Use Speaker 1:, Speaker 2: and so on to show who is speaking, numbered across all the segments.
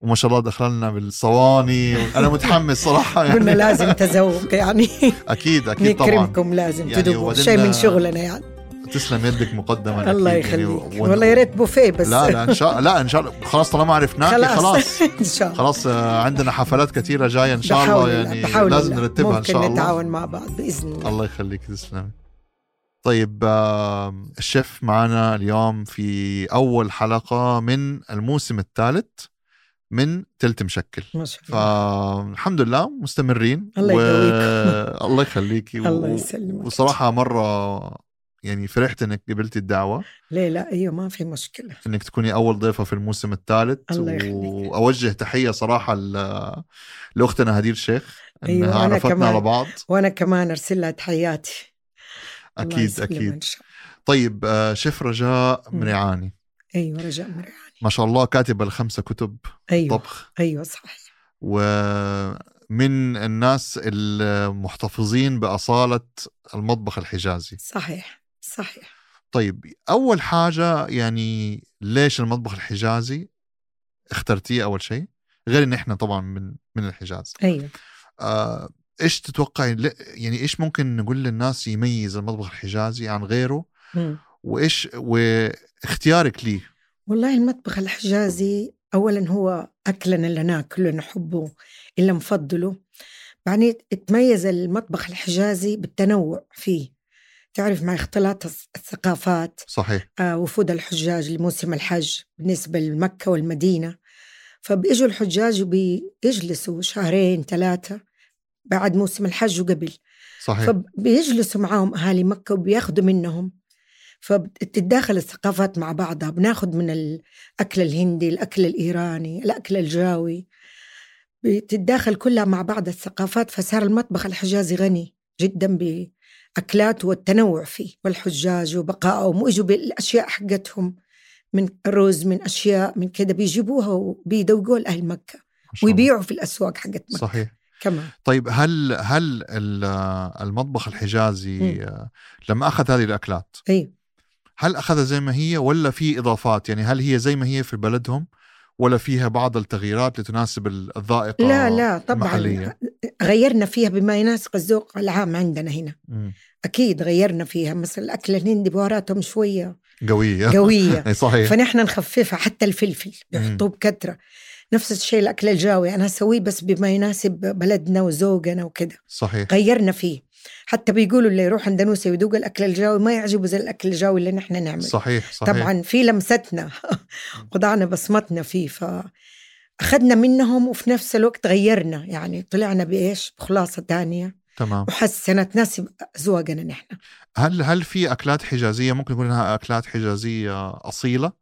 Speaker 1: وما شاء الله دخلنا بالصواني انا متحمس يعني. صراحه
Speaker 2: قلنا لازم تذوق يعني
Speaker 1: اكيد اكيد طبعا
Speaker 2: نكرمكم لازم
Speaker 1: يعني
Speaker 2: تدوقوا
Speaker 1: وبعدين-
Speaker 2: شيء من شغلنا يعني
Speaker 1: تسلم يدك مقدما
Speaker 2: الله
Speaker 1: أكيد يعني
Speaker 2: يخليك
Speaker 1: ون-
Speaker 2: والله يا ريت بوفيه بس
Speaker 1: لا لا ان شاء لا ان شاء الله خلاص طالما عرفناك إيه، خلاص
Speaker 2: خلاص ان شاء الله
Speaker 1: خلاص آه، عندنا حفلات كثيره جايه ان شاء
Speaker 2: بحول
Speaker 1: الله
Speaker 2: الله،
Speaker 1: يعني
Speaker 2: بحول
Speaker 1: لازم
Speaker 2: الله.
Speaker 1: نرتبها ان
Speaker 2: ممكن
Speaker 1: شاء الله
Speaker 2: نتعاون مع بعض باذن الله
Speaker 1: الله يخليك تسلمي طيب آه، الشيف معنا اليوم في اول حلقه من الموسم الثالث من تلت مشكل
Speaker 2: ما شاء الله
Speaker 1: فالحمد لله مستمرين
Speaker 2: الله يقويك.
Speaker 1: الله يخليكي و-
Speaker 2: الله يسلمك.
Speaker 1: وصراحه مره يعني فرحت انك قبلتي الدعوه
Speaker 2: ليه لا ايوه ما في مشكله
Speaker 1: انك تكوني اول ضيفه في الموسم الثالث
Speaker 2: الله يخليك.
Speaker 1: واوجه تحيه صراحه ل- لاختنا هدير شيخ انها
Speaker 2: أيوة،
Speaker 1: أيوة
Speaker 2: أنا
Speaker 1: عرفتنا
Speaker 2: كمان.
Speaker 1: على بعض
Speaker 2: وانا كمان ارسل لها تحياتي الله
Speaker 1: اكيد
Speaker 2: يسلمها
Speaker 1: اكيد
Speaker 2: ان شاء الله
Speaker 1: طيب آه، شيف رجاء
Speaker 2: مم.
Speaker 1: مريعاني
Speaker 2: ايوه رجاء مريعاني
Speaker 1: ما شاء الله كاتبة الخمسة كتب
Speaker 2: ايوه
Speaker 1: طبخ
Speaker 2: ايوه صحيح
Speaker 1: ومن الناس المحتفظين بأصالة المطبخ الحجازي
Speaker 2: صحيح صحيح
Speaker 1: طيب أول حاجة يعني ليش المطبخ الحجازي اخترتيه أول شيء غير إن إحنا طبعا من من الحجاز
Speaker 2: ايوه
Speaker 1: آه، إيش تتوقعي ل- يعني إيش ممكن نقول للناس يميز المطبخ الحجازي عن غيره
Speaker 2: مم.
Speaker 1: وإيش واختيارك ليه
Speaker 2: والله المطبخ الحجازي اولا هو اكلنا اللي ناكله نحبه اللي نفضله يعني تميز المطبخ الحجازي بالتنوع فيه تعرف مع اختلاط الث- الثقافات
Speaker 1: صحيح
Speaker 2: آه، وفود الحجاج لموسم الحج بالنسبة لمكة والمدينة فبيجوا الحجاج وبيجلسوا شهرين ثلاثة بعد موسم الحج وقبل
Speaker 1: صحيح
Speaker 2: فبيجلسوا معاهم أهالي مكة وبياخدوا منهم فبتتداخل الثقافات مع بعضها بناخد من الأكل الهندي الأكل الإيراني الأكل الجاوي بتتداخل كلها مع بعض الثقافات فصار المطبخ الحجازي غني جدا بأكلاته والتنوع فيه والحجاج وبقائهم وإجوا بالأشياء حقتهم من رز من أشياء من كده بيجيبوها وبيدوقوها لأهل مكة
Speaker 1: ما شاء الله.
Speaker 2: ويبيعوا في الأسواق حقت مكة
Speaker 1: صحيح
Speaker 2: كمان
Speaker 1: طيب هل هل ال- المطبخ الحجازي آه، لما اخذ هذه الاكلات
Speaker 2: أيوه
Speaker 1: هل اخذها زي ما هي ولا في اضافات يعني هل هي زي ما هي في بلدهم ولا فيها بعض التغييرات لتناسب ال- الذائقه
Speaker 2: لا لا طبعا
Speaker 1: آه، محلية.
Speaker 2: غيرنا فيها بما يناسب الذوق العام عندنا هنا
Speaker 1: مم.
Speaker 2: اكيد غيرنا فيها مثل الاكل الهندي بهاراتهم شويه
Speaker 1: قويه
Speaker 2: قويه
Speaker 1: إي صحيح
Speaker 2: فنحن نخففها حتى الفلفل بيحطوه بكثره نفس الشيء الاكل الجاوي انا اسويه بس بما يناسب بلدنا وذوقنا وكذا
Speaker 1: صحيح
Speaker 2: غيرنا فيه حتى بيقولوا اللي يروح اندونيسيا ويذوق الاكل الجاوي ما يعجبه زي الاكل الجاوي اللي نحن نعمله
Speaker 1: صحيح صحيح
Speaker 2: طبعا في لمستنا وضعنا بصمتنا فيه ف اخذنا منهم وفي نفس الوقت غيرنا يعني طلعنا بايش بخلاصه تانية
Speaker 1: تمام
Speaker 2: محسنه تناسب ذوقنا نحن
Speaker 1: هل هل في اكلات حجازيه ممكن نقول انها اكلات حجازيه اصيله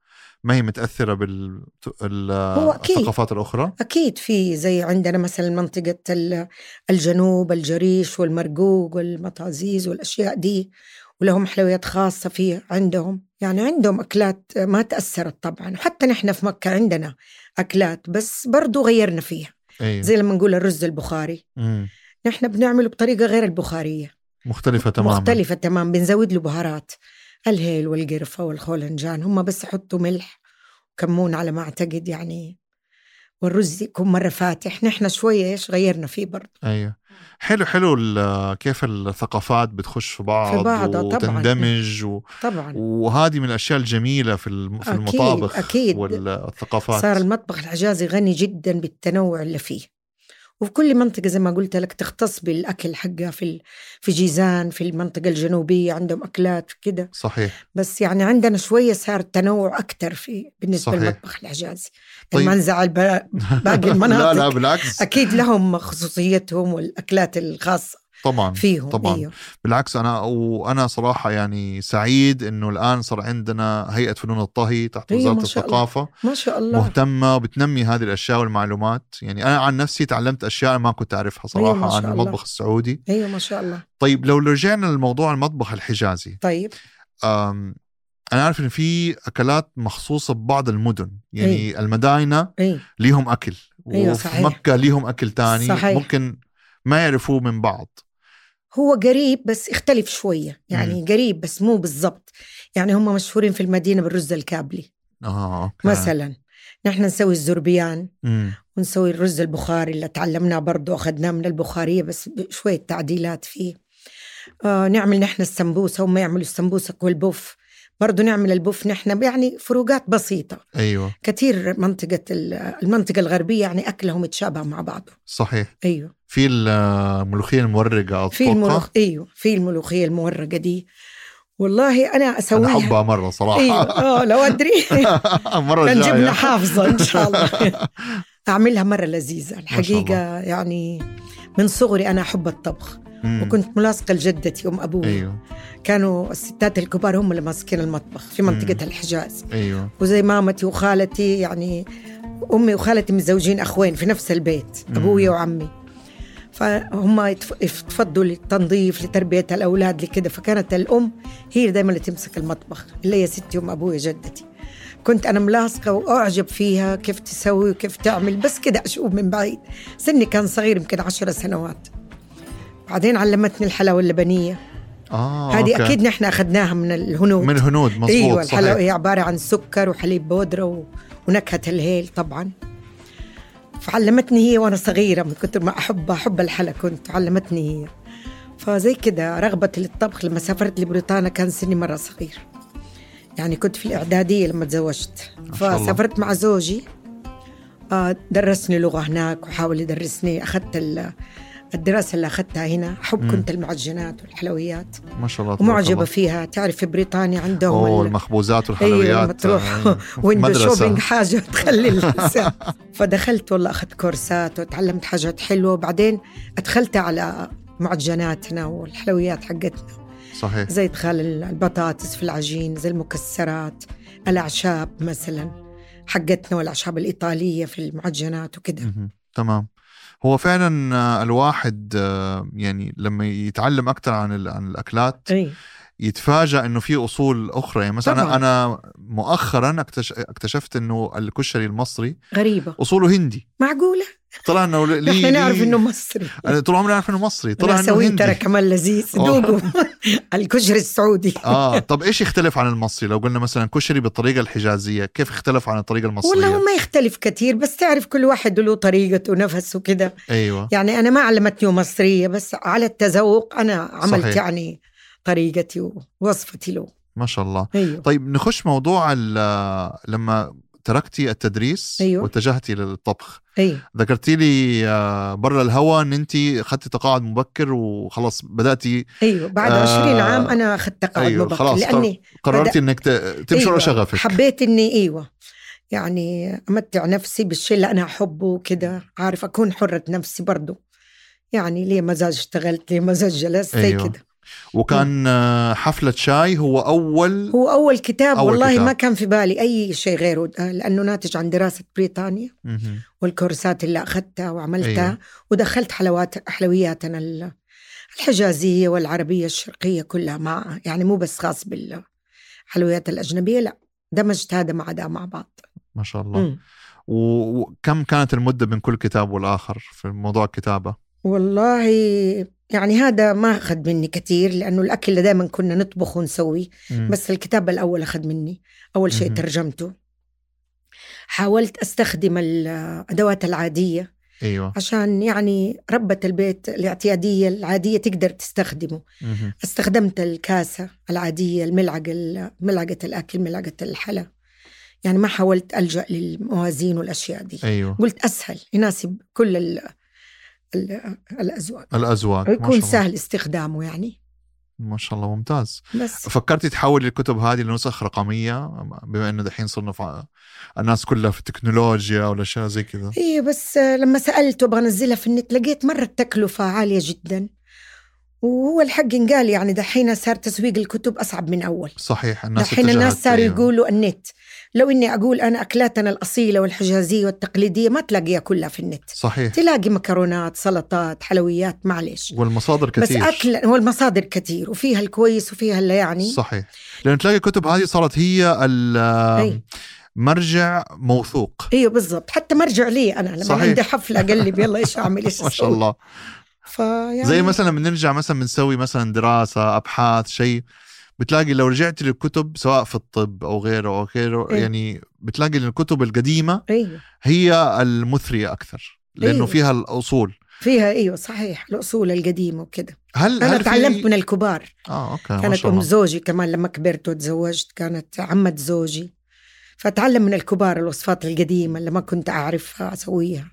Speaker 1: ما هي متاثره بال ال-
Speaker 2: هو أكيد.
Speaker 1: الثقافات الاخرى
Speaker 2: اكيد في زي عندنا مثلا منطقه ال- الجنوب الجريش والمرقوق والمطازيز والاشياء دي ولهم حلويات خاصه فيه عندهم يعني عندهم اكلات ما تاثرت طبعا حتى نحن في مكه عندنا اكلات بس برضو غيرنا فيها
Speaker 1: ايوه
Speaker 2: زي لما نقول الرز البخاري
Speaker 1: مم.
Speaker 2: نحن بنعمله بطريقه غير البخاريه
Speaker 1: مختلفه تماما
Speaker 2: مختلفه تمام بنزود له بهارات الهيل والقرفه والخولنجان هم بس يحطوا ملح وكمون على ما اعتقد يعني والرز يكون مره فاتح نحن شويه ايش غيرنا فيه برضه
Speaker 1: ايوه حلو حلو ال- كيف الثقافات بتخش في بعض,
Speaker 2: في بعضها طبعاً.
Speaker 1: وتندمج و...
Speaker 2: طبعا
Speaker 1: وهذه من الاشياء الجميله في الم- في
Speaker 2: أكيد،
Speaker 1: المطابخ
Speaker 2: أكيد.
Speaker 1: والثقافات
Speaker 2: صار المطبخ الحجازي غني جدا بالتنوع اللي فيه وفي كل منطقة زي ما قلت لك تختص بالأكل حقها في ال- في جيزان في المنطقة الجنوبية عندهم أكلات كده
Speaker 1: صحيح
Speaker 2: بس يعني عندنا شوية صار تنوع أكثر في بالنسبة
Speaker 1: صحيح.
Speaker 2: للمطبخ الحجازي
Speaker 1: طيب.
Speaker 2: طيب. ما نزعل ب- باقي
Speaker 1: لا
Speaker 2: المناطق
Speaker 1: لا بالعكس
Speaker 2: أكيد لهم خصوصيتهم والأكلات الخاصة
Speaker 1: طبعا
Speaker 2: فيهم
Speaker 1: طبعاً.
Speaker 2: أيوه.
Speaker 1: بالعكس انا وانا صراحه يعني سعيد انه الان صار عندنا هيئه فنون الطهي تحت
Speaker 2: أيوة،
Speaker 1: وزاره
Speaker 2: ما شاء الله.
Speaker 1: الثقافه
Speaker 2: ما شاء الله
Speaker 1: مهتمه وبتنمي هذه الاشياء والمعلومات يعني انا عن نفسي تعلمت اشياء ما كنت اعرفها
Speaker 2: أيوة، ما
Speaker 1: صراحه عن
Speaker 2: شاء الله.
Speaker 1: المطبخ السعودي
Speaker 2: أيوه ما شاء الله
Speaker 1: طيب لو رجعنا لموضوع المطبخ الحجازي
Speaker 2: طيب
Speaker 1: أم، انا عارف ان في اكلات مخصوصه ببعض المدن يعني أي.
Speaker 2: إيه.
Speaker 1: المداينه
Speaker 2: أيوه
Speaker 1: ليهم اكل
Speaker 2: أيوة،
Speaker 1: وفي
Speaker 2: صحيح.
Speaker 1: مكه ليهم اكل تاني
Speaker 2: صحيح.
Speaker 1: ممكن ما يعرفوه من بعض
Speaker 2: هو قريب بس اختلف شوية يعني قريب بس مو بالضبط يعني هم مشهورين في المدينة بالرز الكابلي
Speaker 1: اه أوكي.
Speaker 2: مثلا نحن نسوي الزربيان
Speaker 1: مم.
Speaker 2: ونسوي الرز البخاري اللي تعلمناه برضه أخذناه من البخارية بس ب- شوية تعديلات فيه آه نعمل نحن السمبوسة هم يعملوا السمبوسك والبوف برضه نعمل البوف نحن يعني فروقات بسيطة
Speaker 1: ايوه
Speaker 2: كثير منطقة ال- المنطقة الغربية يعني أكلهم يتشابه مع بعضه
Speaker 1: صحيح
Speaker 2: أيوه
Speaker 1: في الملوخيه المورقه
Speaker 2: في
Speaker 1: الطبقه
Speaker 2: الملوخ أيوه في الملوخية المورقة دي والله أنا
Speaker 1: انا
Speaker 2: أسويها
Speaker 1: حبها مره صراحه
Speaker 2: ايوه اه لو ادري
Speaker 1: مره
Speaker 2: كان
Speaker 1: الجاية.
Speaker 2: جبنا حافظه ان شاء الله اعملها مره لذيذه الحقيقه
Speaker 1: الله.
Speaker 2: يعني من صغري انا احب الطبخ
Speaker 1: مم.
Speaker 2: وكنت ملاصقه لجدتي ام ابوي
Speaker 1: ايوه
Speaker 2: كانوا الستات الكبار هم اللي ماسكين المطبخ في منطقه
Speaker 1: مم.
Speaker 2: الحجاز
Speaker 1: ايوه
Speaker 2: وزي مامتي وخالتي يعني امي وخالتي متزوجين اخوين في نفس البيت
Speaker 1: مم.
Speaker 2: ابوي وعمي فهم يتف- يتفضوا للتنظيف لتربيه الاولاد لكده فكانت الام هي دائما اللي تمسك المطبخ اللي هي ستي ام ابوي وجدتي كنت انا ملاصقه واعجب فيها كيف تسوي وكيف تعمل بس كده اشوف من بعيد سني كان صغير يمكن عشر سنوات بعدين علمتني الحلاوه اللبنيه
Speaker 1: اه
Speaker 2: هذه
Speaker 1: أوكي.
Speaker 2: اكيد نحن اخذناها من الهنود
Speaker 1: من الهنود مظبوط
Speaker 2: ايوه الحلاوه
Speaker 1: صحيح
Speaker 2: هي عباره عن سكر وحليب بودره و... ونكهه الهيل طبعا فعلمتني هي وانا صغيره من كتر ما احبها احب الحلا كنت علمتني هي فزي كده رغبتي للطبخ لما سافرت لبريطانيا كان سني مره صغير يعني كنت في الاعداديه لما تزوجت
Speaker 1: شاء الله.
Speaker 2: فسافرت مع زوجي آه، درسني لغه هناك وحاول يدرسني اخذت ال- الدراسه اللي اخذتها هنا احب
Speaker 1: مم.
Speaker 2: كنت المعجنات والحلويات
Speaker 1: ما شاء الله تبارك
Speaker 2: ومعجبه
Speaker 1: الله.
Speaker 2: فيها تعرف في بريطانيا عندهم
Speaker 1: اوه
Speaker 2: ال-
Speaker 1: المخبوزات
Speaker 2: ايوه
Speaker 1: والحلويات
Speaker 2: لما تروح
Speaker 1: آه،
Speaker 2: ويندو
Speaker 1: مدرسة.
Speaker 2: شوبينج حاجه تخلي الانسان فدخلت والله اخذت كورسات وتعلمت حاجات حلوه وبعدين ادخلت على معجناتنا والحلويات حقتنا
Speaker 1: صحيح
Speaker 2: زي ادخال البطاطس في العجين زي المكسرات الاعشاب مثلا حقتنا والاعشاب الايطاليه في المعجنات وكده
Speaker 1: مهم. تمام هو فعلا آه، الواحد آه، يعني لما يتعلم اكثر عن ال- عن الاكلات
Speaker 2: اي
Speaker 1: يتفاجأ انه في اصول اخرى يعني مثلا
Speaker 2: طبعاً.
Speaker 1: طبعا. انا مؤخرا اكتش- اكتشفت انه الكشري المصري
Speaker 2: غريبه
Speaker 1: اصوله هندي
Speaker 2: معقوله
Speaker 1: طلع انه لي- لي
Speaker 2: نحن نعرف انه مصري
Speaker 1: انا طول عمري عارف انه مصري طلع
Speaker 2: انا
Speaker 1: انه
Speaker 2: سويت
Speaker 1: هندي
Speaker 2: ترى كمان لذيذ
Speaker 1: أوه.
Speaker 2: دوقوا الكشري السعودي
Speaker 1: اه طب ايش يختلف عن المصري لو قلنا مثلا كشري بالطريقه الحجازيه كيف اختلف عن الطريقه المصريه
Speaker 2: والله هو ما يختلف كثير بس تعرف كل واحد له طريقته ونفسه كده
Speaker 1: ايوه
Speaker 2: يعني أنا ما علمتني مصرية بس على التذوق أنا عملت
Speaker 1: صحيح.
Speaker 2: يعني طريقتي ووصفتي له
Speaker 1: ما شاء الله
Speaker 2: أيوه
Speaker 1: طيب نخش موضوع ال- لما تركتي التدريس
Speaker 2: أيوه.
Speaker 1: واتجهتي للطبخ
Speaker 2: أيوه
Speaker 1: ذكرتي لي آه، برا الهوا ان انت اخذتي تقاعد مبكر وخلاص بداتي
Speaker 2: أيوه بعد
Speaker 1: آه،
Speaker 2: 20 عام أنا أخذت تقاعد
Speaker 1: أيوه،
Speaker 2: مبكر
Speaker 1: خلاص، طب
Speaker 2: لأني
Speaker 1: قررتي انك ت- تمشي ورا
Speaker 2: أيوه،
Speaker 1: شغفك
Speaker 2: حبيت إني أيوه يعني أمتع نفسي بالشيء اللي أنا أحبه كده عارف أكون حرة نفسي برضه يعني ليه مزاج اشتغلت ليه مزاج جلست زي
Speaker 1: أيوه.
Speaker 2: كده
Speaker 1: وكان آه، حفله شاي هو اول
Speaker 2: هو أول كتاب
Speaker 1: أول
Speaker 2: أول والله
Speaker 1: كتاب.
Speaker 2: كتاب. ما كان في بالي أي شيء غيره آه، لأنه ناتج عن دراسة بريطانيا
Speaker 1: مهم.
Speaker 2: والكورسات اللي أخذتها وعملتها
Speaker 1: أيوة.
Speaker 2: أيوة. ودخلت حلوات حلوياتنا ال- الحجازية والعربية الشرقية كلها مع يعني مو بس خاص بالحلويات الأجنبية لا دمجت هذا مع ده مع بعض
Speaker 1: ما شاء الله
Speaker 2: مم.
Speaker 1: و- وكم كانت المده بين كل كتاب والاخر في موضوع الكتابه
Speaker 2: والله يعني هذا ما أخذ مني كثير لأنه الأكل اللي دائما كنا نطبخ ونسويه
Speaker 1: مم.
Speaker 2: بس الكتاب الأول أخذ مني أول شيء
Speaker 1: مهم.
Speaker 2: ترجمته حاولت أستخدم الأدوات العادية
Speaker 1: ايوه
Speaker 2: عشان يعني ربة البيت الاعتيادية العادية تقدر تستخدمه
Speaker 1: مهم.
Speaker 2: استخدمت الكاسة العادية الملعقة ال- ملعقة الأكل ملعقة الحلا يعني ما حاولت ألجأ للموازين والأشياء دي
Speaker 1: ايوه
Speaker 2: قلت أسهل يناسب كل ال ال الأزواج
Speaker 1: الازواج ما شاء
Speaker 2: ويكون
Speaker 1: الله.
Speaker 2: سهل استخدامه يعني
Speaker 1: ما شاء الله ممتاز
Speaker 2: بس
Speaker 1: فكرتي تحولي الكتب هذه لنسخ رقميه بما انه دحين صرنا في الناس كلها في التكنولوجيا والاشياء زي كذا
Speaker 2: ايه بس لما سالت وابغى انزلها في النت لقيت مره التكلفه عاليه جدا وهو الحق انقال يعني دحين صار تسويق الكتب اصعب من اول
Speaker 1: صحيح الناس
Speaker 2: دحين الناس
Speaker 1: اتجهت-
Speaker 2: صاروا
Speaker 1: أيوة.
Speaker 2: يقولوا النت لو اني اقول انا اكلاتنا الاصيله والحجازيه والتقليديه ما تلاقيها كلها في النت
Speaker 1: صحيح
Speaker 2: تلاقي مكرونات سلطات حلويات معلش
Speaker 1: والمصادر
Speaker 2: بس
Speaker 1: كثير
Speaker 2: اكل والمصادر كثير وفيها الكويس وفيها اللي يعني
Speaker 1: صحيح لان تلاقي الكتب هذه صارت هي
Speaker 2: أي.
Speaker 1: المرجع موثوق
Speaker 2: ايوه إيه، بالضبط حتى مرجع لي انا لما
Speaker 1: صحيح.
Speaker 2: عندي حفله اقلب يلا ايش اعمل ايش
Speaker 1: ما شاء
Speaker 2: أسوي؟
Speaker 1: الله
Speaker 2: فيعني يعني
Speaker 1: زي مثلا بنرجع مثلا بنسوي مثلا دراسه ابحاث شيء بتلاقي لو رجعت للكتب سواء في الطب او غيره او غيره
Speaker 2: إيه.
Speaker 1: يعني بتلاقي إن الكتب القديمه
Speaker 2: ايوه
Speaker 1: هي المثريه اكثر لانه
Speaker 2: إيه.
Speaker 1: فيها الاصول
Speaker 2: فيها ايوه صحيح الاصول القديمه وكده
Speaker 1: هل
Speaker 2: انا
Speaker 1: هل في-
Speaker 2: تعلمت من الكبار
Speaker 1: اه اوكي ما
Speaker 2: كانت
Speaker 1: شاء
Speaker 2: ام
Speaker 1: الله
Speaker 2: زوجي كمان لما كبرت وتزوجت كانت عمة زوجي فاتعلم من الكبار الوصفات القديمه اللي ما كنت اعرفها اسويها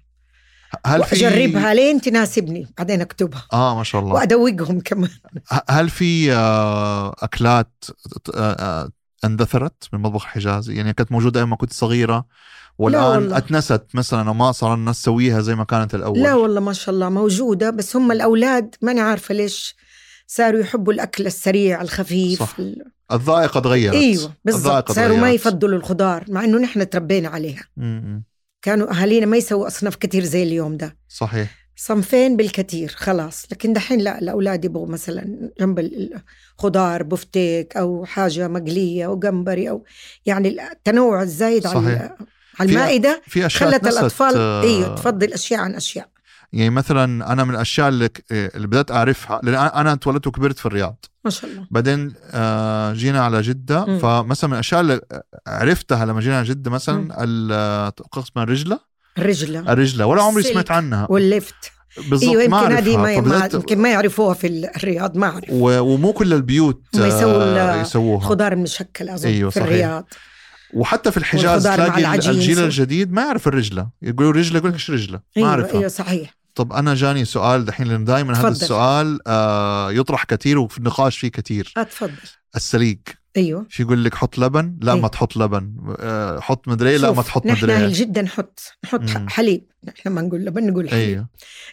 Speaker 1: هل في
Speaker 2: واجربها لين تناسبني بعدين اكتبها
Speaker 1: اه ما شاء الله
Speaker 2: وادوقهم كمان
Speaker 1: ه- هل في آه، اكلات آه، آه، اندثرت من المطبخ الحجازي يعني كانت موجوده ايام ما كنت صغيره والان
Speaker 2: والله.
Speaker 1: اتنست مثلا وما صار الناس تسويها زي ما كانت الاول
Speaker 2: لا والله ما شاء الله موجوده بس هم الاولاد ماني عارفه ليش صاروا يحبوا الاكل السريع الخفيف
Speaker 1: صح.
Speaker 2: ال-
Speaker 1: الذائقه تغيرت
Speaker 2: ايوه بالضبط
Speaker 1: الذائقة
Speaker 2: صاروا ما
Speaker 1: تغيرت.
Speaker 2: يفضلوا الخضار مع انه نحن تربينا عليها
Speaker 1: م- م.
Speaker 2: كانوا اهالينا ما يسووا اصناف كتير زي اليوم ده
Speaker 1: صحيح
Speaker 2: صنفين بالكثير خلاص لكن دحين لا الاولاد يبغوا مثلا جنب ال- الخضار بفتيك او حاجه مقليه او جمبري او يعني التنوع الزايد على
Speaker 1: صحيح.
Speaker 2: على
Speaker 1: في
Speaker 2: المائده
Speaker 1: في اشياء
Speaker 2: خلت
Speaker 1: اتنست،
Speaker 2: الاطفال
Speaker 1: آه،
Speaker 2: ايوه تفضل اشياء عن اشياء
Speaker 1: يعني مثلا انا من الاشياء اللي ك- اللي بدات اعرفها لان أنا- انا اتولدت وكبرت في الرياض
Speaker 2: ما شاء الله
Speaker 1: بعدين آه، جينا على جده
Speaker 2: مم.
Speaker 1: فمثلا من الاشياء اللي عرفتها لما جينا على جده
Speaker 2: مم.
Speaker 1: مثلا ال- آه، قسم الرجله
Speaker 2: الرجله
Speaker 1: الرجله ولا عمري
Speaker 2: السلك
Speaker 1: سمعت عنها
Speaker 2: واللفت
Speaker 1: بالضبط
Speaker 2: ايوه
Speaker 1: ما
Speaker 2: يمكن هذه
Speaker 1: أعرفها.
Speaker 2: ما, ما
Speaker 1: فبدأت-
Speaker 2: يمكن ما يعرفوها في الرياض ما اعرف
Speaker 1: و- ومو كل البيوت
Speaker 2: هم يسووا ال-
Speaker 1: آه، يسووها
Speaker 2: خضار مشكل اظن
Speaker 1: أيوة،
Speaker 2: أيوة في
Speaker 1: صحيح.
Speaker 2: الرياض
Speaker 1: وحتى في الحجاز
Speaker 2: والخضار مع
Speaker 1: تلاقي ال-
Speaker 2: العجين
Speaker 1: الجيل
Speaker 2: سو-
Speaker 1: الجديد ما يعرف الرجله يقولوا رجله يقول لك ايش رجله ما
Speaker 2: ايوه
Speaker 1: اعرفها
Speaker 2: ايوه صحيح
Speaker 1: طب انا جاني سؤال دحين لان دائما هذا
Speaker 2: تفضل.
Speaker 1: السؤال آه يطرح كثير وفي النقاش فيه كثير
Speaker 2: آه، تفضل
Speaker 1: السليق
Speaker 2: ايوه
Speaker 1: شو يقول لك حط لبن لا
Speaker 2: إيه.
Speaker 1: ما تحط لبن آه حط مدري لا
Speaker 2: شوف،
Speaker 1: ما تحط
Speaker 2: نحن
Speaker 1: مدري
Speaker 2: اهل
Speaker 1: إيه.
Speaker 2: جدا نحط نحط
Speaker 1: مم.
Speaker 2: حليب نحن ما نقول لبن نقول حليب
Speaker 1: ايوه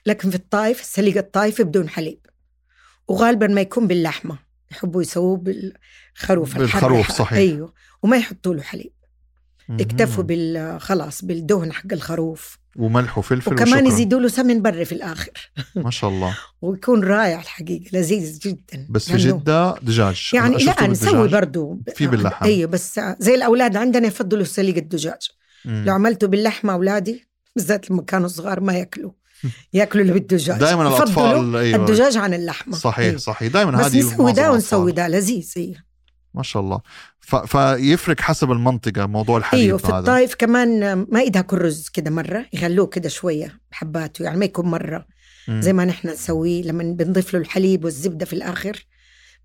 Speaker 2: لكن في الطائف السليق الطائفي بدون حليب وغالبا ما يكون باللحمه يحبوا يسووه بالخروف الحر
Speaker 1: بالخروف،
Speaker 2: الح-
Speaker 1: صحيح.
Speaker 2: ايوه وما يحطوا له حليب يكتفوا
Speaker 1: مهم.
Speaker 2: بال خلاص بالدهن حق الخروف
Speaker 1: وملح وفلفل
Speaker 2: وكمان
Speaker 1: وشكراً.
Speaker 2: يزيدوا له سمن بري في الاخر
Speaker 1: ما شاء الله
Speaker 2: ويكون رائع الحقيقه لذيذ جدا
Speaker 1: بس في
Speaker 2: لأنه-
Speaker 1: جده دجاج
Speaker 2: يعني
Speaker 1: أنا شفته
Speaker 2: لا
Speaker 1: بالدجاج.
Speaker 2: نسوي برضو
Speaker 1: في باللحم.
Speaker 2: ايوه بس زي الاولاد عندنا يفضلوا سليق الدجاج
Speaker 1: مم.
Speaker 2: لو عملته باللحمه اولادي بالذات لما كانوا صغار ما ياكلوا ياكلوا اللي بالدجاج
Speaker 1: دائما
Speaker 2: يفضلوا
Speaker 1: الاطفال ايوه
Speaker 2: الدجاج عن اللحمه
Speaker 1: صحيح
Speaker 2: أيوة.
Speaker 1: صحيح دائما
Speaker 2: بس
Speaker 1: هذه
Speaker 2: نسوي
Speaker 1: معظم
Speaker 2: ده ونسوي
Speaker 1: الأطفال.
Speaker 2: ده لذيذ أيوة.
Speaker 1: ما شاء الله ف... فيفرق حسب المنطقه موضوع الحليب
Speaker 2: ايوه في
Speaker 1: هذا
Speaker 2: الطائف كمان ما يدهكوا الرز كده مره يغلوه كده شويه بحباته يعني ما يكون مره
Speaker 1: مم.
Speaker 2: زي ما نحن نسويه لما بنضيف له الحليب والزبده في الاخر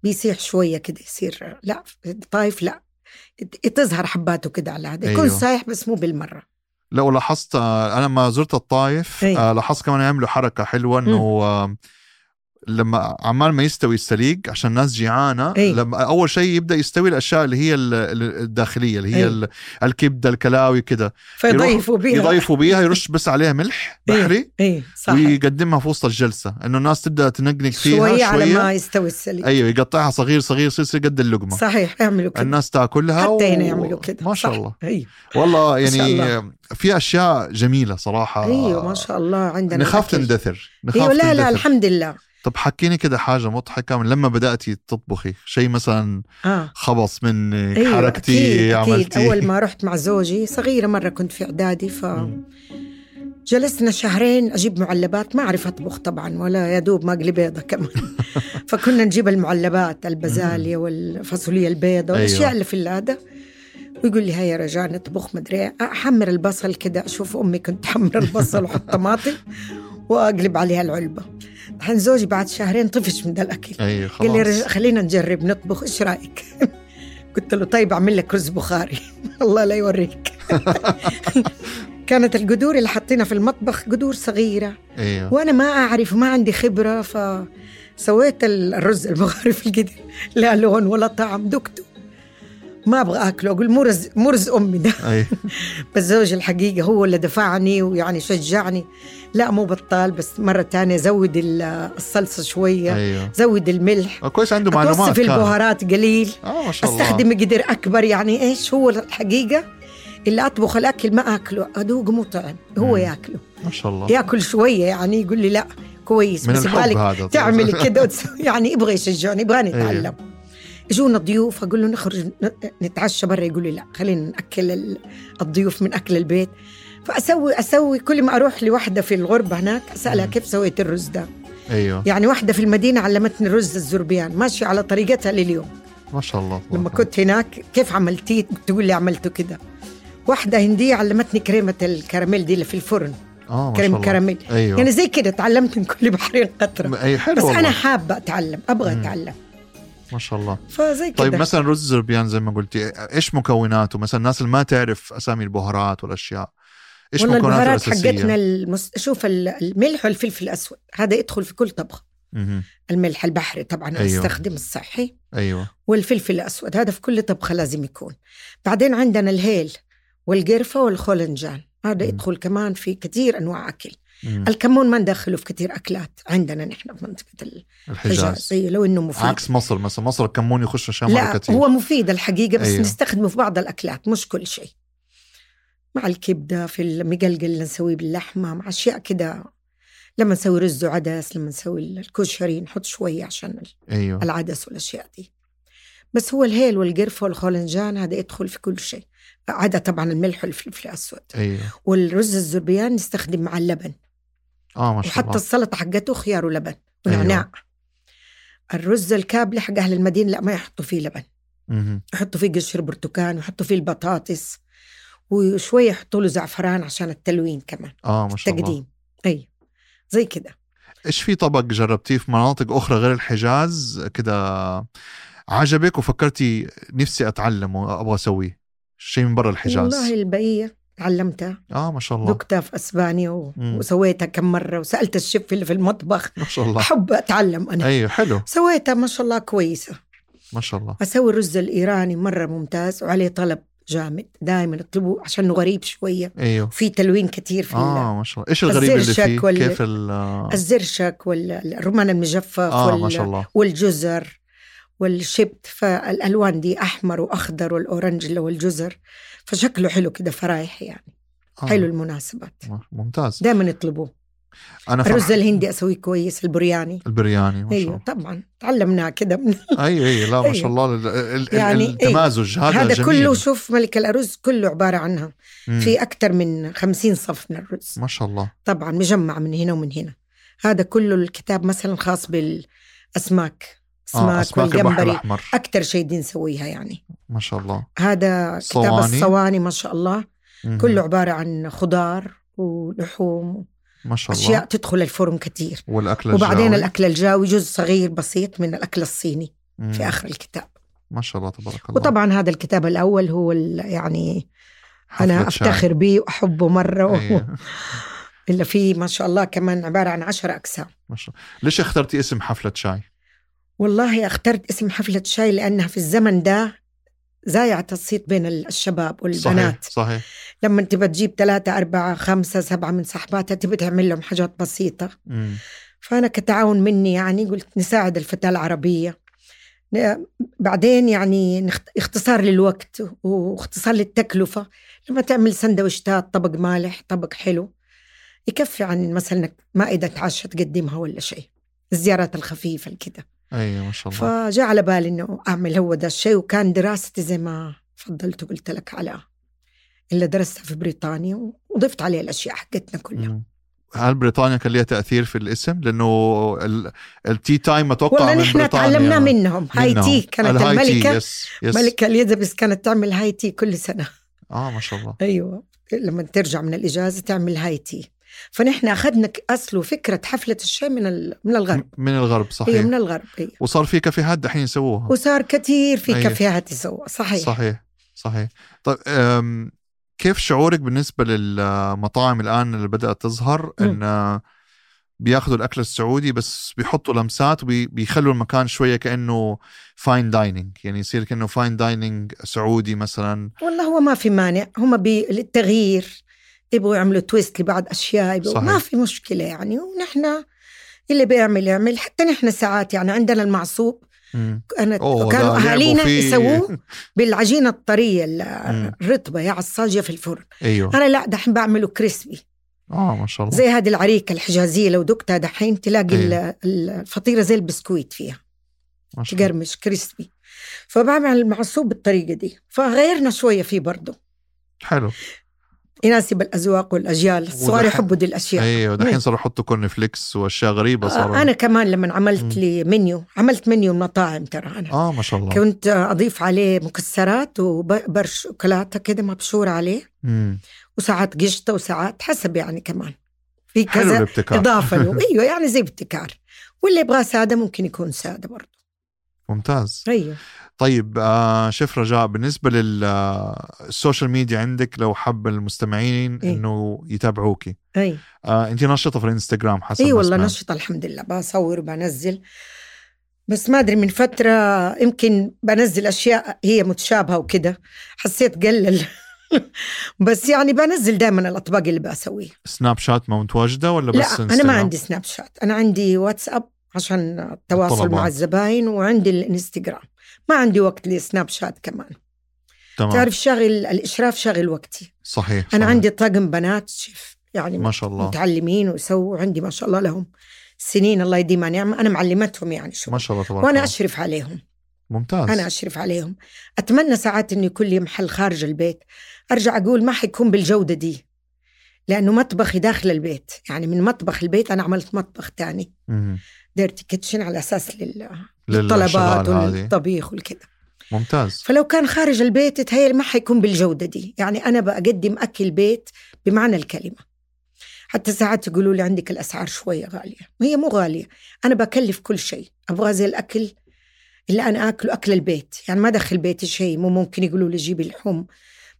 Speaker 2: بيسيح شويه كده يصير لا في الطائف لا تظهر حباته كده على هذا يكون
Speaker 1: أيوة.
Speaker 2: سايح بس مو بالمره
Speaker 1: لو لاحظت آه، انا لما زرت الطائف
Speaker 2: أي.
Speaker 1: آه، لاحظت كمان يعملوا حركه حلوه انه آه، لما عمال ما يستوي السليق عشان الناس جيعانه
Speaker 2: أي.
Speaker 1: لما اول شيء يبدا يستوي الاشياء اللي هي ال- ال- الداخليه اللي هي
Speaker 2: أي.
Speaker 1: ال- الكبده الكلاوي كده
Speaker 2: فيضيفوا بيها
Speaker 1: يضيفوا بيها يرش بس عليها ملح
Speaker 2: أي.
Speaker 1: بحري
Speaker 2: اي صح
Speaker 1: ويقدمها في وسط الجلسه انه الناس تبدا تنقنق فيها
Speaker 2: شويه,
Speaker 1: شويه,
Speaker 2: على ما يستوي السليق
Speaker 1: ايوه يقطعها صغير صغير يصير يصير قد اللقمه
Speaker 2: صحيح يعملوا كده
Speaker 1: أيوة. الناس تاكلها
Speaker 2: حتى هنا
Speaker 1: و-
Speaker 2: يعملوا كده
Speaker 1: ما شاء
Speaker 2: صح.
Speaker 1: الله
Speaker 2: ايوه
Speaker 1: والله
Speaker 2: ما شاء
Speaker 1: يعني في اشياء جميله صراحه
Speaker 2: ايوه ما شاء الله عندنا
Speaker 1: آه، نخاف
Speaker 2: أكل.
Speaker 1: تندثر نخاف
Speaker 2: ايوه لا
Speaker 1: تندثر.
Speaker 2: لا الحمد لله
Speaker 1: طب حكيني كده حاجه مضحكه من لما بداتي تطبخي شيء مثلا
Speaker 2: اه
Speaker 1: خبص منك
Speaker 2: أيوة
Speaker 1: حركتي
Speaker 2: أكيد
Speaker 1: عملتي
Speaker 2: أكيد أول ما رحت مع زوجي صغيرة مرة كنت في إعدادي
Speaker 1: مم.
Speaker 2: فجلسنا شهرين أجيب معلبات ما أعرف أطبخ طبعا ولا يا دوب ما أقلي بيضة كمان فكنا نجيب المعلبات البازاليا والفاصوليا البيضة
Speaker 1: أيوة.
Speaker 2: والأشياء اللي في هذا ويقول لي هيا يا رجاء نطبخ مدري إيه. أحمر البصل كده أشوف أمي كنت تحمر البصل وأحط طماطم وأقلب عليها العلبة الحين زوجي بعد شهرين طفش من ذا الأكل
Speaker 1: اي
Speaker 2: قال لي
Speaker 1: خلاص
Speaker 2: رج- خلينا نجرب نطبخ ايش رايك؟ قلت له طيب اعمل لك رز بخاري الله لا يوريك كانت القدور اللي حطينا في المطبخ قدور صغيره
Speaker 1: ايوه
Speaker 2: وانا ما اعرف ما عندي خبره فسويت ال- الرز البخاري في القدر لا لون ولا طعم دقته ما ابغى اكله اقول مو رز مو رز امي ده
Speaker 1: اي
Speaker 2: بس زوجي الحقيقه هو اللي دفعني ويعني شجعني لا مو بطال بس مره تانية زود ال- الصلصه شويه
Speaker 1: ايوه
Speaker 2: زود الملح
Speaker 1: كويس عنده معلومات
Speaker 2: اتوصف
Speaker 1: كان.
Speaker 2: البهارات قليل
Speaker 1: اه ما شاء الله
Speaker 2: استخدم قدر اكبر يعني ايش هو الحقيقه اللي اطبخ الاكل ما اكله ادوق مطعم هو
Speaker 1: مم.
Speaker 2: ياكله
Speaker 1: ما شاء الله
Speaker 2: ياكل شويه يعني يقول لي لا كويس
Speaker 1: من
Speaker 2: بس
Speaker 1: الحب
Speaker 2: يبغالك
Speaker 1: هذا طيب.
Speaker 2: تعمل كده وتسوي- يعني يبغى يشجعني يبغاني
Speaker 1: إيه.
Speaker 2: اتعلم يجونا ضيوف اقول له نخرج ن- نتعشى برا يقول لي لا خلينا ناكل ال- الضيوف من اكل البيت فاسوي اسوي كل ما اروح لوحده في الغربه هناك اسالها
Speaker 1: مم.
Speaker 2: كيف سويت الرز ده
Speaker 1: ايوه
Speaker 2: يعني واحدة في المدينة علمتني رز الزربيان ماشي على طريقتها لليوم
Speaker 1: ما شاء الله
Speaker 2: لما
Speaker 1: تبارك
Speaker 2: كنت هناك كيف عملتيه تقول لي عملته كده واحدة هندية علمتني كريمة الكراميل دي اللي في الفرن
Speaker 1: الله. اه ما شاء
Speaker 2: كريم
Speaker 1: الله
Speaker 2: كراميل
Speaker 1: ايوه
Speaker 2: يعني زي كده تعلمت من كل بحرين قطرة
Speaker 1: اي حلو
Speaker 2: بس
Speaker 1: والله.
Speaker 2: أنا حابة أتعلم أبغى
Speaker 1: مم.
Speaker 2: أتعلم
Speaker 1: ما شاء الله
Speaker 2: فزي كده
Speaker 1: طيب مثلا رز زربيان زي ما قلتي ايش مكوناته مثلا الناس اللي ما تعرف اسامي البهارات والاشياء ايش
Speaker 2: والله
Speaker 1: مكوناته
Speaker 2: البهارات
Speaker 1: الاساسيه
Speaker 2: حقتنا المس... شوف ال- الملح والفلفل الأسود هذا يدخل في كل طبخ
Speaker 1: مهم.
Speaker 2: الملح البحري طبعا أيوه.
Speaker 1: أيوه.
Speaker 2: نستخدم الصحي
Speaker 1: ايوه
Speaker 2: والفلفل الأسود هذا في كل طبخة لازم يكون بعدين عندنا الهيل والقرفة والخولنجان هذا
Speaker 1: مم.
Speaker 2: يدخل كمان في كثير أنواع أكل
Speaker 1: مم.
Speaker 2: الكمون ما ندخله في كثير أكلات عندنا نحن في منطقة الحجاز
Speaker 1: الحجاز
Speaker 2: أيوه، لو إنه مفيد
Speaker 1: عكس مصر مثلا مصر الكمون يخش عشان مره
Speaker 2: لا
Speaker 1: كثير
Speaker 2: هو مفيد الحقيقة بس
Speaker 1: أيوه.
Speaker 2: أيوه. نستخدمه في بعض الأكلات مش كل شيء مع الكبدة في المقلقل اللي نسويه باللحمة مع أشياء كده لما نسوي رز وعدس لما نسوي الكشري نحط شوية عشان
Speaker 1: ايوه
Speaker 2: العدس والأشياء دي بس هو الهيل والقرفة والخولنجان هذا يدخل في كل شيء عدا طبعا الملح والفلفل الأسود
Speaker 1: ايوه
Speaker 2: والرز الزربيان نستخدم مع اللبن
Speaker 1: اه ما شاء
Speaker 2: وحتى
Speaker 1: الله
Speaker 2: السلطة حقته خيار ولبن
Speaker 1: أيوه.
Speaker 2: ونعناع الرز الكابلي حق أهل المدينة لا ما يحطوا فيه لبن
Speaker 1: مهم.
Speaker 2: يحطوا فيه قشر برتقال ويحطوا فيه البطاطس وشوية يحطوا له زعفران عشان التلوين كمان
Speaker 1: اه ما شاء الله
Speaker 2: تقديم أي زي كده
Speaker 1: ايش في طبق جربتيه في مناطق اخرى غير الحجاز كده عجبك وفكرتي نفسي اتعلمه ابغى اسويه شيء من برا الحجاز
Speaker 2: والله البقية تعلمتها
Speaker 1: اه ما شاء الله
Speaker 2: ذقتها في أسبانيا و...
Speaker 1: مم.
Speaker 2: وسويتها كم مرة وسألت الشيف اللي في المطبخ
Speaker 1: ما شاء الله
Speaker 2: أحب أتعلم أنا
Speaker 1: ايوه حلو
Speaker 2: سويتها ما شاء الله كويسة
Speaker 1: ما شاء الله
Speaker 2: أسوي الرز الإيراني مرة ممتاز وعليه طلب جامد دائما اطلبوه عشانه غريب شوية
Speaker 1: ايوه
Speaker 2: في تلوين كتير في ال-
Speaker 1: اه ما شاء الله ايش الغريب اللي
Speaker 2: الزرشك
Speaker 1: فيه
Speaker 2: وال-
Speaker 1: كيف ال اه
Speaker 2: الزرشك والرمان المجفف
Speaker 1: آه، ما
Speaker 2: وال-
Speaker 1: شاء الله
Speaker 2: والجزر والشبت فالالوان دي احمر واخضر والاورنج اللي هو الجزر فشكله حلو كده فرايح يعني
Speaker 1: آه.
Speaker 2: حلو المناسبات
Speaker 1: ممتاز
Speaker 2: دائما يطلبوه
Speaker 1: انا فرح
Speaker 2: الرز الهندي اسويه كويس البرياني
Speaker 1: البرياني ما شاء
Speaker 2: ايوه
Speaker 1: الله
Speaker 2: طبعا تعلمناه كده من
Speaker 1: اي اي لا ما شاء
Speaker 2: أيوة.
Speaker 1: الله ال- ال- ال-
Speaker 2: يعني إيه.
Speaker 1: التمازج هذا
Speaker 2: هذا
Speaker 1: جميل
Speaker 2: كله شوف ملك الارز كله عباره عنها
Speaker 1: مم.
Speaker 2: في اكثر من خمسين صف من الرز
Speaker 1: ما شاء الله
Speaker 2: طبعا مجمع من هنا ومن هنا هذا كله الكتاب مثلا خاص بالاسماك اسماك,
Speaker 1: آه
Speaker 2: آه
Speaker 1: اسماك البحر
Speaker 2: والجمبري
Speaker 1: الاحمر
Speaker 2: اكثر شيء دي نسويها يعني
Speaker 1: ما شاء الله
Speaker 2: هذا كتاب
Speaker 1: صواني.
Speaker 2: الصواني ما شاء الله
Speaker 1: مم.
Speaker 2: كله عباره عن خضار ولحوم
Speaker 1: ما شاء الله
Speaker 2: اشياء تدخل الفرن كثير
Speaker 1: والاكل
Speaker 2: وبعدين
Speaker 1: الجوي.
Speaker 2: الاكل الجاوي جزء صغير بسيط من الاكل الصيني
Speaker 1: مم.
Speaker 2: في اخر الكتاب
Speaker 1: ما شاء الله تبارك الله
Speaker 2: وطبعا هذا الكتاب الاول هو ال- يعني انا
Speaker 1: حفلة شعر.
Speaker 2: افتخر به واحبه مره وهو
Speaker 1: أيوة.
Speaker 2: الا فيه ما شاء الله كمان عباره عن عشر اقسام
Speaker 1: ما شاء الله ليش اخترتي اسم حفلة شاي؟
Speaker 2: والله اخترت اسم حفلة شاي لأنها في الزمن ده زايعة الصيت بين ال- الشباب والبنات
Speaker 1: صحيح صحيح
Speaker 2: لما تبى تجيب ثلاثة أربعة خمسة سبعة من صحباتها تبى تعمل لهم حاجات بسيطة
Speaker 1: مم.
Speaker 2: فأنا كتعاون مني يعني قلت نساعد الفتاة العربية ن- بعدين يعني نخت- اختصار للوقت واختصار للتكلفة لما تعمل سندويشتات طبق مالح طبق حلو يكفي عن مثلا إنك مائدة عشاء تقدمها ولا شيء الزيارات الخفيفة كده
Speaker 1: ايوه ما شاء الله
Speaker 2: فجاء على بالي انه اعمل هو ده الشيء وكان دراستي زي ما فضلت وقلت لك على اللي درستها في بريطانيا وضفت عليه الاشياء حقتنا كلها
Speaker 1: مم. هل بريطانيا كان لها تاثير في الاسم؟ لانه ال- التي تايم اتوقع
Speaker 2: والله
Speaker 1: من بريطانيا
Speaker 2: نحن تعلمنا منهم هاي تي كانت
Speaker 1: الهاي تي،
Speaker 2: الملكه
Speaker 1: يس يس
Speaker 2: ملكه اليزابيث كانت تعمل هاي تي كل سنه
Speaker 1: اه ما شاء الله
Speaker 2: ايوه لما ترجع من الاجازه تعمل هاي تي فنحن اخذنا ك- اصل وفكره حفله الشاي من ال- من الغرب
Speaker 1: م- من الغرب صحيح
Speaker 2: ايوه من الغرب ايوه
Speaker 1: وصار في كافيهات دحين يسووها
Speaker 2: وصار كثير في
Speaker 1: أيوة.
Speaker 2: كافيهات يسوى صحيح
Speaker 1: صحيح صحيح طيب أم، كيف شعورك بالنسبه للمطاعم الان اللي بدات تظهر
Speaker 2: مم.
Speaker 1: ان آه، بياخذوا الاكل السعودي بس بيحطوا لمسات وبيخلوا المكان شويه كانه فاين دايننج يعني يصير كانه فاين دايننج سعودي مثلا
Speaker 2: والله هو ما في مانع هم بالتغيير يبغوا يعملوا تويست لبعض اشياء يبغوا
Speaker 1: صحيح.
Speaker 2: ما في مشكله يعني ونحن اللي بيعمل يعمل حتى نحن ساعات يعني عندنا المعصوب
Speaker 1: مم.
Speaker 2: انا
Speaker 1: أوه،
Speaker 2: كانوا
Speaker 1: ده لعبوا
Speaker 2: اهالينا
Speaker 1: فيه.
Speaker 2: يسووه بالعجينه الطريه ال-
Speaker 1: مم.
Speaker 2: الرطبه يا عصاجيه في الفرن
Speaker 1: ايوه
Speaker 2: انا لا دحين بعمله كريسبي
Speaker 1: اه ما شاء الله
Speaker 2: زي هذه العريكه الحجازيه لو دقتها دحين تلاقي
Speaker 1: إيه.
Speaker 2: ال- ال- الفطيره زي البسكويت فيها
Speaker 1: ما شاء الله
Speaker 2: تقرمش كريسبي فبعمل المعصوب بالطريقه دي فغيرنا شويه فيه برضه
Speaker 1: حلو
Speaker 2: يناسب الأذواق والأجيال الصغار
Speaker 1: ودحين-
Speaker 2: يحبوا دي الأشياء
Speaker 1: ايوه دحين
Speaker 2: مم.
Speaker 1: صاروا يحطوا كورن فليكس واشياء غريبه صاروا
Speaker 2: آه، أنا كمان لما عملت
Speaker 1: مم.
Speaker 2: لي منيو عملت منيو مطاعم ترى أنا
Speaker 1: اه ما شاء الله
Speaker 2: كنت أضيف عليه مكسرات وبر شوكولاتة كده مبشور عليه
Speaker 1: مم.
Speaker 2: وساعات قشطة وساعات حسب يعني كمان في
Speaker 1: حلو
Speaker 2: كذا
Speaker 1: الابتكار
Speaker 2: إضافة له أيوة يعني زي ابتكار واللي يبغاه سادة ممكن يكون سادة برضه
Speaker 1: ممتاز
Speaker 2: أيوة
Speaker 1: طيب آه شيف رجاء بالنسبه للسوشيال ميديا عندك لو حب المستمعين
Speaker 2: إيه.
Speaker 1: انه يتابعوكي
Speaker 2: أيوة
Speaker 1: آه انت نشطه في الانستغرام حسب
Speaker 2: اي
Speaker 1: ما
Speaker 2: إيه والله
Speaker 1: سمعت.
Speaker 2: نشطه الحمد لله بصور وبنزل بس ما ادري من فتره يمكن بنزل اشياء هي متشابهه وكده حسيت قلل بس يعني بنزل دائما الاطباق اللي بسويها
Speaker 1: سناب شات ما متواجده ولا بس
Speaker 2: لا
Speaker 1: انستغرام؟
Speaker 2: انا ما عندي سناب شات انا عندي واتساب عشان التواصل
Speaker 1: الطلبات.
Speaker 2: مع الزباين وعندي الانستغرام ما عندي وقت لسناب شات كمان
Speaker 1: تمام
Speaker 2: تعرف شغل الاشراف شغل وقتي
Speaker 1: صحيح
Speaker 2: انا
Speaker 1: صحيح.
Speaker 2: عندي طاقم بنات شيف يعني
Speaker 1: ما شاء الله
Speaker 2: متعلمين ويسووا عندي ما شاء الله لهم سنين الله يديمها نعمه انا معلمتهم يعني شو
Speaker 1: ما شاء الله تبارك
Speaker 2: وانا
Speaker 1: الله.
Speaker 2: اشرف عليهم
Speaker 1: ممتاز
Speaker 2: انا اشرف عليهم اتمنى ساعات انه يكون لي محل خارج البيت ارجع اقول ما حيكون بالجوده دي لانه مطبخي داخل البيت يعني من مطبخ البيت انا عملت مطبخ تاني
Speaker 1: مم.
Speaker 2: ديرتي كيتشن على اساس لل...
Speaker 1: للشغال
Speaker 2: للطلبات
Speaker 1: هذه
Speaker 2: وللطبيخ والكذا
Speaker 1: ممتاز
Speaker 2: فلو كان خارج البيت تهيأ ما حيكون بالجودة دي يعني أنا بقدم أكل بيت بمعنى الكلمة حتى ساعات يقولوا لي عندك الأسعار شوية غالية وهي مو غالية أنا بكلف كل شيء أبغى زي الأكل اللي أنا أكله أكل البيت يعني ما أدخل بيتي شيء مو ممكن يقولوا لي جيبي لحوم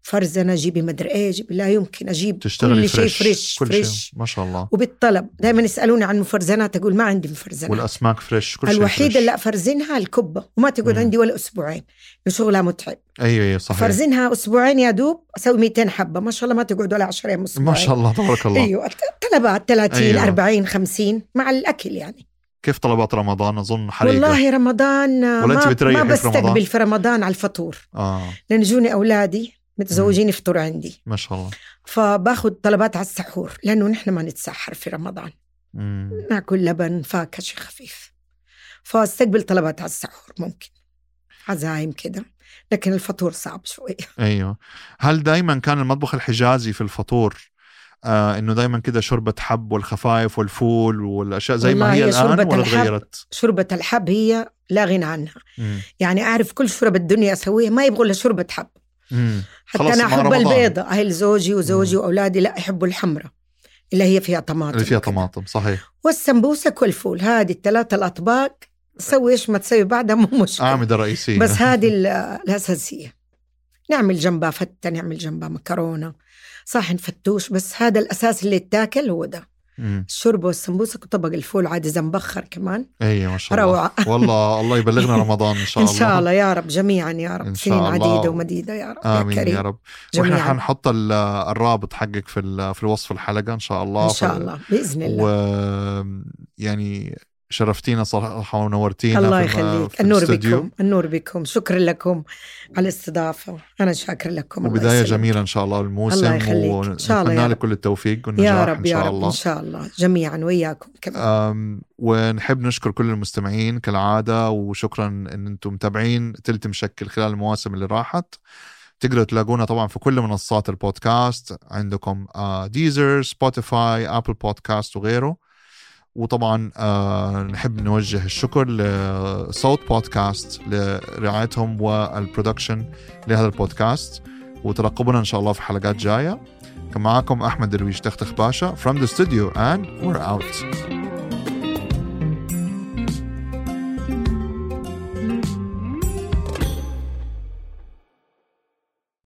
Speaker 2: فرزنة جيبي مدري إيه جيبي لا يمكن أجيب
Speaker 1: تشتغلي
Speaker 2: كل شيء
Speaker 1: فريش
Speaker 2: فريش
Speaker 1: كل
Speaker 2: فريش
Speaker 1: شيء ما شاء الله
Speaker 2: وبالطلب دائما يسألوني عن مفرزنات أقول ما عندي مفرزنات
Speaker 1: والاسماك فريش كل شيء
Speaker 2: الوحيدة
Speaker 1: فريش.
Speaker 2: اللي أفرزنها الكبة وما تقعد
Speaker 1: مم.
Speaker 2: عندي ولا أسبوعين شغلها متعب
Speaker 1: ايوه ايوه صحيح
Speaker 2: فرزنها اسبوعين يا دوب اسوي 200 حبه ما شاء الله ما تقعد ولا 10 ايام اسبوعين
Speaker 1: ما شاء الله تبارك الله
Speaker 2: ايوه الت- طلبات 30
Speaker 1: أيوة.
Speaker 2: أيوة. 40 50 مع الاكل يعني
Speaker 1: كيف طلبات رمضان اظن حريقه
Speaker 2: والله رمضان آه،
Speaker 1: ولا أنت
Speaker 2: ما
Speaker 1: بتريحي
Speaker 2: ما
Speaker 1: في رمضان؟
Speaker 2: بستقبل في رمضان على الفطور
Speaker 1: اه
Speaker 2: لان يجوني اولادي متزوجين يفطروا عندي
Speaker 1: ما شاء الله
Speaker 2: فباخذ طلبات على السحور لانه نحن ما نتسحر في رمضان
Speaker 1: مم.
Speaker 2: ناكل لبن فاكهه شيء خفيف فاستقبل طلبات على السحور ممكن عزايم كده لكن الفطور صعب شوي
Speaker 1: ايوه هل دائما كان المطبخ الحجازي في الفطور آه انه دائما كده شوربه حب والخفايف والفول والاشياء زي ما
Speaker 2: والله
Speaker 1: هي
Speaker 2: هي
Speaker 1: الان
Speaker 2: شوربة
Speaker 1: ولا
Speaker 2: الحب.
Speaker 1: تغيرت؟
Speaker 2: شوربة الحب هي لا غنى عنها
Speaker 1: مم.
Speaker 2: يعني اعرف كل شرب الدنيا اسويها ما يبغوا الا شوربه حب
Speaker 1: مم.
Speaker 2: حتى
Speaker 1: خلاص
Speaker 2: انا
Speaker 1: مع
Speaker 2: احب
Speaker 1: رمضان.
Speaker 2: البيضه اهل زوجي وزوجي
Speaker 1: مم.
Speaker 2: واولادي لا يحبوا الحمراء اللي هي فيها طماطم
Speaker 1: اللي فيها
Speaker 2: وكذا.
Speaker 1: طماطم صحيح
Speaker 2: والسمبوسك والفول هذه الثلاثه الاطباق سوي ايش ما تسوي بعدها مو مشكله
Speaker 1: اعمده رئيسيه
Speaker 2: بس هذه ال- الاساسيه نعمل جنبها فته نعمل جنبها مكرونه صحن فتوش بس هذا الاساس اللي يتاكل هو ده
Speaker 1: مم.
Speaker 2: الشوربه والسمبوسك وطبق الفول عادي زنبخر كمان
Speaker 1: ايوه ما شاء الله
Speaker 2: روعه
Speaker 1: والله الله يبلغنا رمضان ان شاء
Speaker 2: إن
Speaker 1: الله
Speaker 2: شاء الله يا رب جميعا يا رب
Speaker 1: إن شاء
Speaker 2: سنين
Speaker 1: الله.
Speaker 2: عديدة ومديدة يا رب
Speaker 1: امين
Speaker 2: كريم
Speaker 1: يا رب واحنا
Speaker 2: جميعا
Speaker 1: حنحط ال- الرابط حقك في ال- في الوصف الحلقه ان شاء الله
Speaker 2: إن شاء
Speaker 1: ف-
Speaker 2: الله بإذن الله
Speaker 1: و يعني شرفتينا صراحه ونورتينا
Speaker 2: الله
Speaker 1: في الم-
Speaker 2: يخليك
Speaker 1: في
Speaker 2: النور
Speaker 1: الاستوديو.
Speaker 2: بكم النور بكم شكرا لكم على الاستضافة أنا شاكر لكم الله
Speaker 1: وبدايه
Speaker 2: يسلمك.
Speaker 1: جميله ان شاء الله الموسم
Speaker 2: الله يخليك. إن شاء الله يا
Speaker 1: ونتمنى لك
Speaker 2: رب.
Speaker 1: كل التوفيق والنجاح
Speaker 2: يا رب
Speaker 1: ان شاء
Speaker 2: يا رب
Speaker 1: الله
Speaker 2: إن شاء الله جميعا وإياكم كمان
Speaker 1: أم، ونحب نشكر كل المستمعين كالعادة وشكرا ان انتم متابعين تلت مشكل خلال المواسم اللي راحت تقدروا تلاقونا طبعا في كل منصات البودكاست عندكم آه، ديزر سبوتيفاي ابل بودكاست وغيره وطبعا آه، نحب نوجه الشكر لصوت بودكاست لرعايتهم والبرودكشن لهذا البودكاست وترقبونا ان شاء الله في حلقات جايه كان معاكم احمد درويش تختخ باشا from the studio and we're out